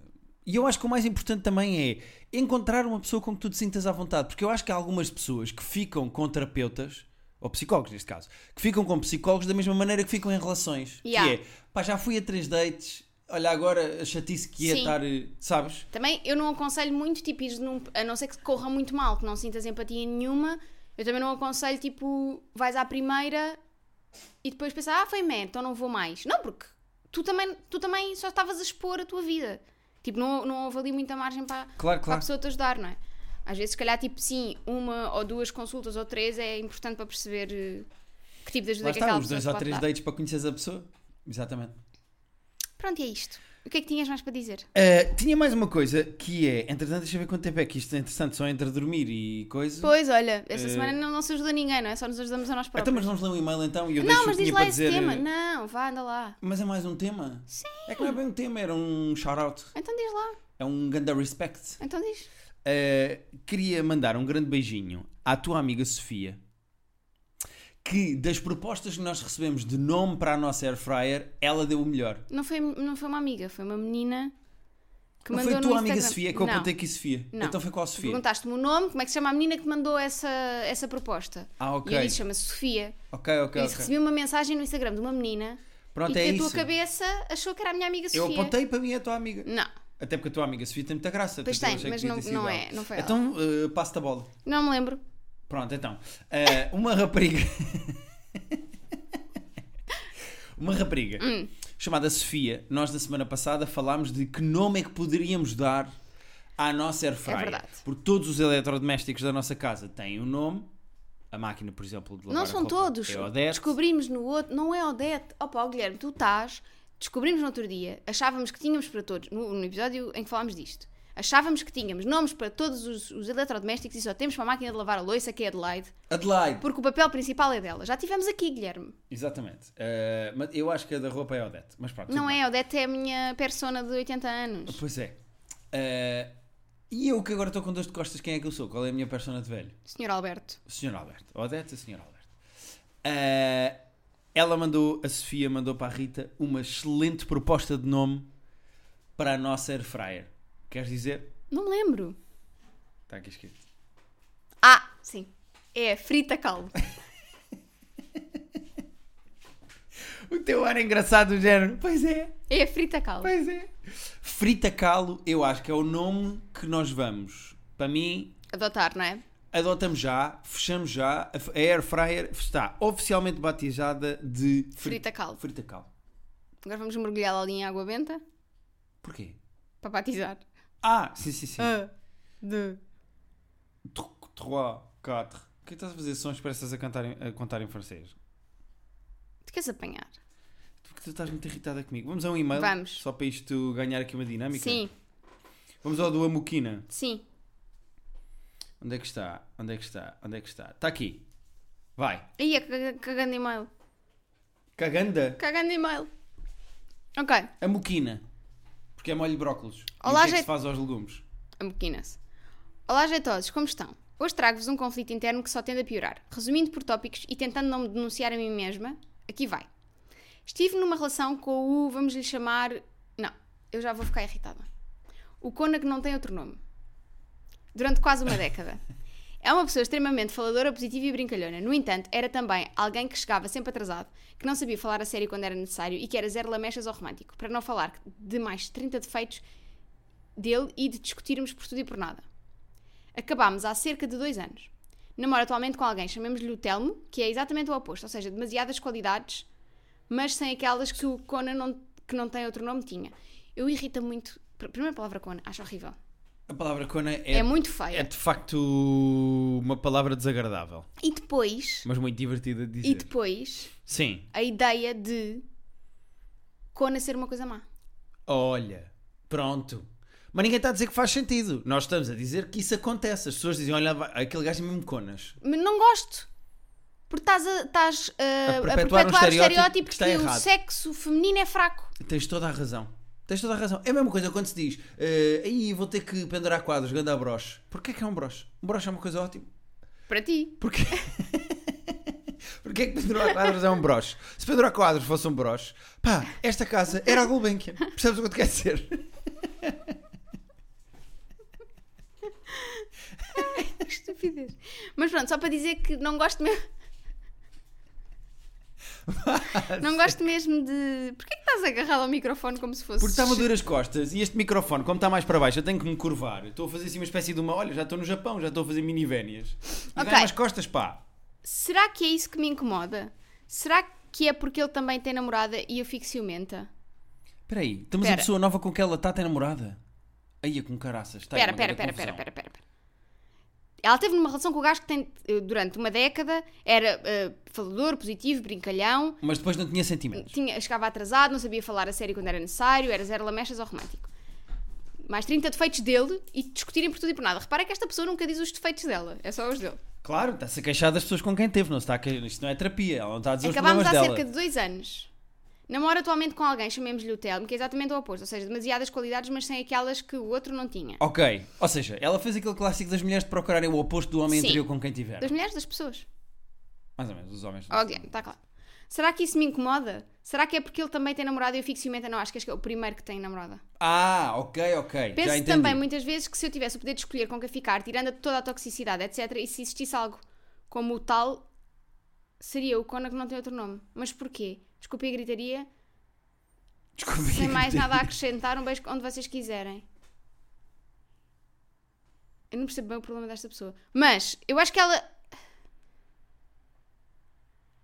S1: E eu acho que o mais importante também é encontrar uma pessoa com que tu te sintas à vontade, porque eu acho que há algumas pessoas que ficam com terapeutas, ou psicólogos neste caso, que ficam com psicólogos da mesma maneira que ficam em relações.
S2: Yeah.
S1: Que é, pá, já fui a três dates, olha agora a chatice que ia
S2: Sim.
S1: estar, eh, sabes?
S2: Também eu não aconselho muito, tipo, ires num, a não ser que corra muito mal, que não sintas empatia nenhuma. Eu também não aconselho, tipo, vais à primeira e depois pensar, ah, foi merda, então não vou mais. Não, porque tu também, tu também só estavas a expor a tua vida. Tipo, não, não houve ali muita margem para,
S1: Claro,
S2: para a
S1: claro.
S2: pessoa te ajudar, não é? Às vezes, se calhar, tipo, sim, uma ou duas consultas ou três é importante para perceber eh, que tipo de ajuda
S1: Lá
S2: é que aquela
S1: está, uns
S2: pessoa
S1: dois
S2: te
S1: ou
S2: pode
S1: três
S2: dar.
S1: dates para conheceres a pessoa. Exatamente.
S2: Pronto, é isto. O que é que tinhas mais para dizer?
S1: Uh, tinha mais uma coisa que é, entretanto, deixa eu ver quanto tempo é que isto é interessante, só entre dormir e coisa.
S2: Pois, olha, esta
S1: Eh,
S2: semana não, não se ajuda ninguém, não é? Só nos ajudamos a nós próprios.
S1: Então, mas vamos ler um e-mail então e eu
S2: Não,
S1: deixo
S2: mas
S1: o que
S2: diz
S1: tinha
S2: lá
S1: para
S2: esse
S1: dizer.
S2: tema.
S1: eh,
S2: Não, vá, anda lá.
S1: Mas é mais um tema? Sim. É que não é bem um tema, era um shout-out.
S2: Então diz lá.
S1: É um grande respect.
S2: Então diz.
S1: Uh, queria mandar um grande beijinho à tua amiga Sofia, que das propostas que nós recebemos de nome para a nossa air fryer, ela deu o melhor.
S2: Não foi, não foi uma amiga, foi uma menina que
S1: não
S2: mandou
S1: foi a
S2: no
S1: tua
S2: Instagram.
S1: amiga Sofia que eu
S2: Não.
S1: apontei aqui Sofia.
S2: Não.
S1: Então foi qual a Sofia?
S2: Perguntaste-me o nome, como é que se chama a menina que te mandou essa, essa proposta.
S1: Ah, ok.
S2: E eu disse, chama-se Sofia.
S1: Ok, ok,
S2: eu disse,
S1: ok.
S2: recebi uma mensagem no Instagram de uma menina
S1: Pronto,
S2: e
S1: é
S2: que a tua
S1: isso.
S2: cabeça achou que era a minha amiga Sofia.
S1: Eu apontei para mim é a tua amiga.
S2: Não,
S1: Até porque a tua amiga Sofia tem muita graça.
S2: Pois
S1: portanto, eu
S2: tem,
S1: achei que
S2: mas
S1: devia
S2: não-
S1: ter sido
S2: não
S1: ela.
S2: é- não foi ela.
S1: Então, eh, passa-te a bola.
S2: não me lembro.
S1: Pronto, então. Eh, uma rapariga. uma rapariga
S2: Hum.
S1: chamada Sofia. Nós, na semana passada, falámos de que nome é que poderíamos dar à nossa air fryer.
S2: verdade.
S1: Porque todos os eletrodomésticos da nossa casa têm um nome. A máquina, por exemplo, de lavar
S2: Não
S1: a
S2: são
S1: roupa
S2: todos.
S1: É Odete.
S2: Descobrimos no outro. Não é Odete. Opa, ó, Guilherme, tu estás. Descobrimos no outro dia. Achávamos que tínhamos para todos. No, no episódio em que falámos disto. Achávamos que tínhamos nomes para todos os, os eletrodomésticos e só temos para a máquina de lavar a louça, que é Adelaide.
S1: Adelaide.
S2: Porque o papel principal é dela. Já tivemos aqui, Guilherme.
S1: Exatamente. Eh, mas eu acho que a da roupa é Odete. Mas pronto.
S2: não
S1: tudo bem.
S2: é Odete, é a minha persona de 80 anos.
S1: Pois é. Eh, e eu que agora estou com dois de costas, quem é que eu sou? Qual é a minha persona de velho?
S2: Senhor Alberto.
S1: O Sr. Alberto. Odete e o Sr. Alberto. Eh, ela mandou, a Sofia mandou para a Rita uma excelente proposta de nome para a nossa air fryer. Queres dizer?
S2: Não me lembro.
S1: Está aqui escrito.
S2: Ah, sim. É Frita Calvo.
S1: O teu ar é engraçado, do género. Pois é,
S2: É Frita Calvo.
S1: pois é. Frita Calo, eu acho que é o nome que nós vamos. Para mim,
S2: Adotar, não é?
S1: adotamos já, fechamos já. A air fryer está oficialmente batizada de fri-
S2: Frita Calvo.
S1: Frita Calo.
S2: Agora vamos mergulhá-la ali em água benta
S1: Porquê?
S2: para batizar.
S1: Ah, sim, sim, sim.
S2: Ah, de.
S1: 3, 4. O que estás a fazer sons pareces a, cantar em- a contar em francês?
S2: Tu queres apanhar?
S1: Porque tu estás muito irritada comigo. Vamos a um e-mail?
S2: Vamos.
S1: Só para isto ganhar aqui uma dinâmica?
S2: Sim,
S1: Vamos ao do Amoquina.
S2: sim.
S1: Onde é que está? Onde é que está? Onde é que está? Está aqui. Vai.
S2: Aí é caga- cagando e-mail.
S1: Caganda.
S2: Cagando e-mail. Ok,
S1: Amoquina. Porque é molho de brócolos. e o que é
S2: Olá,
S1: que
S2: gente.
S1: se faz aos legumes?
S2: amoquina-se. Olá, jeitosos, como estão? Hoje trago-vos um conflito interno que só tende a piorar. Resumindo por tópicos e tentando não me denunciar a mim mesma, aqui vai. Estive numa relação com o, vamos lhe chamar. Não, eu já vou ficar irritada. O Kona que não tem outro nome. Durante quase uma década. É uma pessoa extremamente faladora, positiva e brincalhona. No entanto, era também alguém que chegava sempre atrasado, que não sabia falar a sério quando era necessário e que era zero lamechas ou romântico, para não falar de mais 30 defeitos dele e de discutirmos por tudo e por nada. Acabámos há cerca de dois anos. Namoro atualmente com alguém, chamemos-lhe o Telmo, que é exatamente o oposto, ou seja, demasiadas qualidades, mas sem aquelas que o Conan, não, que não tem outro nome, tinha. Eu irrita muito. pr- Primeira palavra Conan, acho horrível.
S1: A palavra cona é,
S2: É, muito feia.
S1: é de facto uma palavra desagradável.
S2: E depois,
S1: Mas muito divertida de dizer.
S2: e depois,
S1: Sim.
S2: a ideia de Conan ser uma coisa má.
S1: Olha, pronto. Mas ninguém está a dizer que faz sentido. Nós estamos a dizer que isso acontece. As pessoas dizem: olha, vai- aquele gajo é mesmo conas.
S2: Mas não gosto. Porque estás a, estás, uh, a
S1: perpetuar um
S2: perpetuar o
S1: estereótipo
S2: estereótipo
S1: que
S2: que,
S1: está
S2: o
S1: errado.
S2: sexo feminino é fraco.
S1: Tens toda a razão. Tens toda a razão. É a mesma coisa quando se diz: eh, aí vou ter que pendurar quadros, ganda a broche. Porquê que é um broche? Um broche é uma coisa ótima.
S2: Para ti.
S1: Porquê? Porquê que pendurar quadros é um broche? Se pendurar quadros fosse um broche, pá, esta casa era a Gulbenkian. Percebes o que eu te quero dizer?
S2: estupidez. Mas pronto, só para dizer que não gosto mesmo. não gosto mesmo de. Porquê que estás agarrado ao microfone como se fosse.
S1: Porque está-me a doer as costas e este microfone, como está mais para baixo, eu tenho que me curvar. Eu Estou a fazer assim uma espécie de uma. Olha, já estou no Japão, já estou a fazer minivénias. E
S2: Ok.
S1: dá-me as costas, pá.
S2: Será que é isso que me incomoda? Será que é porque ele também tem namorada e eu fico ciumenta?
S1: Espera aí, estamos a
S2: Pera.
S1: pessoa nova com que ela está até namorada. Aí é com caraças. Está aí
S2: Pera,
S1: uma
S2: pera,
S1: grande
S2: pera, pera,
S1: confusão.
S2: pera, pera, pera. Ela teve numa relação com o gajo que tem, eh, durante uma década era eh, falador, positivo, brincalhão,
S1: Mas depois não tinha sentimentos.
S2: tinha, chegava atrasado, não sabia falar a sério quando era necessário, era zero lamechas ou romântico. Mais 30 defeitos dele e discutirem por tudo e por nada. Repara que esta pessoa nunca diz os defeitos dela, é só os dele.
S1: Claro, está-se a queixar das pessoas com quem teve, não se está a queixar. Isto não é terapia, ela não está a dizer os
S2: Acabámos
S1: problemas
S2: há
S1: dela.
S2: cerca de dois anos. Namoro atualmente com alguém, chamemos-lhe o Telmo, que é exatamente o oposto, ou seja, demasiadas qualidades, mas sem aquelas que o outro não tinha.
S1: Ok, ou seja, ela fez aquele clássico das mulheres de procurarem o oposto do homem
S2: Sim.
S1: anterior com quem tiver.
S2: Das mulheres, das pessoas.
S1: Mais ou menos, os homens. é?
S2: Óbvio, está claro. Será que isso me incomoda? Será que é porque ele também tem namorado e eu fico ciumenta? Não, acho que este é o primeiro que tem namorada.
S1: Ah, ok, ok. já
S2: Penso
S1: entendi.
S2: também muitas vezes que se eu tivesse o poder de escolher com quem ficar, tirando toda a toxicidade, etc., e se existisse algo como o tal, seria o Conan que não tem outro nome. Mas porquê? Desculpe a gritaria,
S1: Desculpa,
S2: sem mais
S1: eu
S2: nada a acrescentar, um beijo onde vocês quiserem. Eu não percebo bem o problema desta pessoa. Mas eu acho que ela.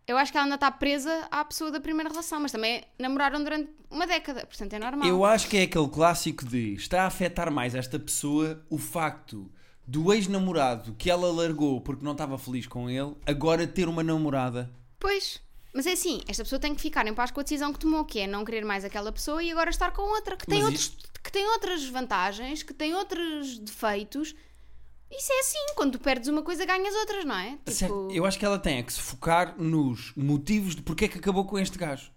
S2: Eu acho que ela ainda está presa à pessoa da primeira relação, mas também namoraram durante uma década, portanto é normal.
S1: Eu acho que é aquele clássico de está a afetar mais esta pessoa o facto do ex-namorado que ela largou porque não estava feliz com ele, agora ter uma namorada.
S2: Pois. Mas é assim, esta pessoa tem que ficar em paz com a decisão que tomou, que é não querer mais aquela pessoa e agora estar com outra, que tem,
S1: Mas
S2: outros, que tem outras vantagens, que tem outros defeitos. Isso é assim, quando tu perdes uma coisa ganhas outras, não é? Tipo,
S1: Certo, Eu acho que ela tem é que se focar nos motivos de porque é que acabou com este gajo.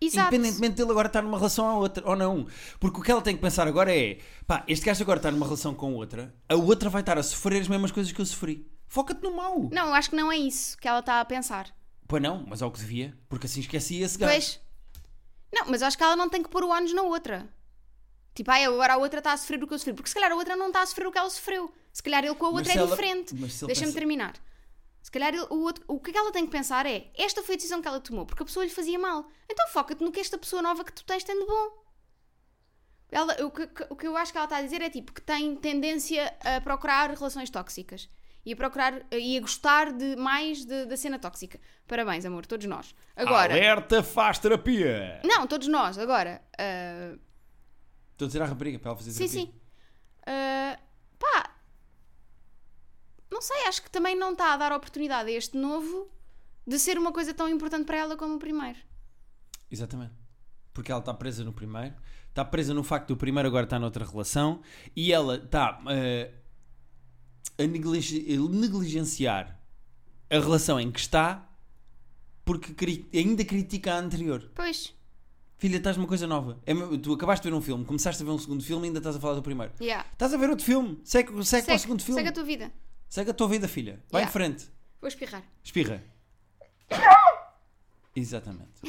S2: exato.
S1: Independentemente dele agora estar numa relação a outra ou não. Porque o que ela tem que pensar agora é: pá, este gajo agora está numa relação com outra, a outra vai estar a sofrer as mesmas coisas que eu sofri. Foca-te no mau.
S2: Não, eu acho que não é isso que ela está a pensar.
S1: Pois não, mas ao que devia, porque assim esquecia esse gajo.
S2: Pois. Não, mas eu acho que ela não tem que pôr o ónus na outra. Tipo, ai, agora a outra está a sofrer o que eu sofri. Porque se calhar a outra não está a sofrer o que ela sofreu. Se calhar ele com a
S1: Mas
S2: outra é
S1: se ela-
S2: diferente.
S1: mas se ele
S2: Deixa-me
S1: pensa-
S2: terminar. Se calhar ele- o, outro- o que é que ela tem que pensar é: esta foi a decisão que ela tomou, porque a pessoa lhe fazia mal. Então foca-te no que esta pessoa nova que tu tens tem de bom. Ela, o, que, que- o que eu acho que ela está a dizer é tipo que tem tendência a procurar relações tóxicas e a procurar e a gostar de mais de- da cena tóxica. Parabéns, amor, todos nós.
S1: Ah,
S2: Agora,
S1: Alerta faz terapia!
S2: não, todos nós, agora. ah,
S1: Estou a dizer à rapariga para ela fazer
S2: sim,
S1: terapia.
S2: sim. Ah, pá. Não sei, acho que também não está a dar oportunidade a este novo de ser uma coisa tão importante para ela como o primeiro.
S1: Exatamente. Porque ela está presa no primeiro, está presa no facto do primeiro agora estar noutra relação e ela está eh, a negligen- a negligenciar a relação em que está porque cri- ainda critica a anterior.
S2: Pois,
S1: Filha, estás numa coisa nova. É meu- tu acabaste de ver um filme, começaste a ver um segundo filme e ainda estás a falar do primeiro.
S2: yeah.
S1: Estás a ver outro filme, segue, segue, É para o segundo filme.
S2: segue a tua vida.
S1: Segue a tua vida, filha. Vai
S2: Yeah.
S1: em frente.
S2: Vou espirrar.
S1: Espirra. Exatamente.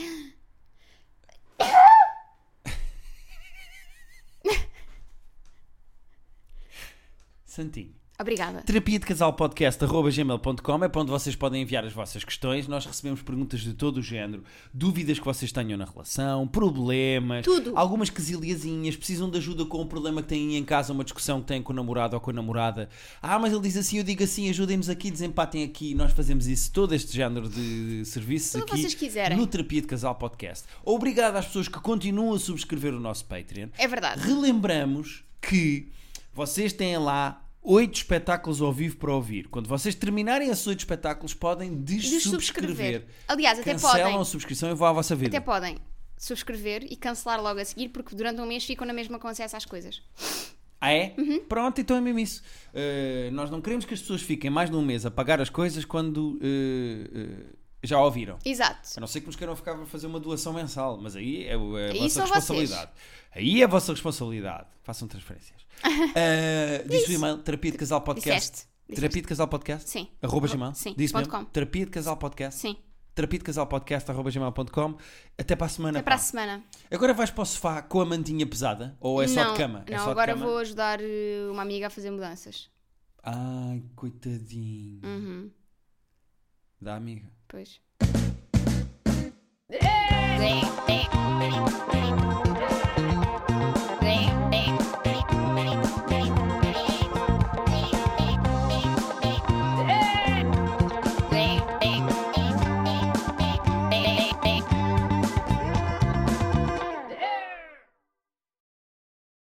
S1: Santinho.
S2: Obrigada.
S1: Terapia de Casal Podcast arroba gmail.com é para onde vocês podem enviar as vossas questões. Nós recebemos perguntas de todo o género, dúvidas que vocês tenham na relação, problemas,
S2: Tudo.
S1: algumas quesilhazinhas, precisam de ajuda com um problema que têm em casa, uma discussão que têm com o namorado ou com a namorada. Ah, mas ele diz assim, eu digo assim, ajudem-nos aqui, desempatem aqui. Nós fazemos isso, todo este género de serviços
S2: Tudo o que
S1: aqui
S2: vocês quiserem.
S1: no Terapia de Casal Podcast. Obrigado às pessoas que continuam a subscrever o nosso Patreon.
S2: É verdade.
S1: Relembramos que vocês têm lá oito espetáculos ao vivo para ouvir. Quando vocês terminarem esses oito espetáculos, podem
S2: Dessubscrever.
S1: dessubscrever.
S2: Aliás, até
S1: Cancelam
S2: podem.
S1: a subscrição e vão à vossa vida.
S2: Até podem subscrever e cancelar logo a seguir, porque durante um mês ficam na mesma com acesso às coisas.
S1: Ah, é?
S2: Uhum.
S1: Pronto, então é mesmo isso. Uh, nós não queremos que as pessoas fiquem mais de um mês a pagar as coisas quando uh, uh, já ouviram.
S2: Exato.
S1: A não ser que nos queiram ficar a fazer uma doação mensal, mas aí é, o- é a
S2: Aí
S1: vossa
S2: são
S1: responsabilidade. Aí é a vossa responsabilidade. Façam transferências. uh, diz o e-mail terapia de casal podcast.
S2: Disseste. Disseste.
S1: Terapia de casal podcast?
S2: Sim.
S1: Arroba
S2: Arro-
S1: gmail?
S2: sim.
S1: Diz
S2: Ponto
S1: mesmo?
S2: com.
S1: Terapia de casal podcast?
S2: Sim.
S1: Terapia de casal podcast arroba gmail.com. Até para a semana.
S2: Até para a
S1: pá.
S2: semana.
S1: Agora vais para o sofá com a mantinha pesada? Ou é só
S2: não,
S1: de cama?
S2: Não,
S1: é só de
S2: agora
S1: cama?
S2: vou ajudar eh, uma amiga a fazer mudanças.
S1: Ai, coitadinho.
S2: Uhum.
S1: Da amiga.
S2: Pois.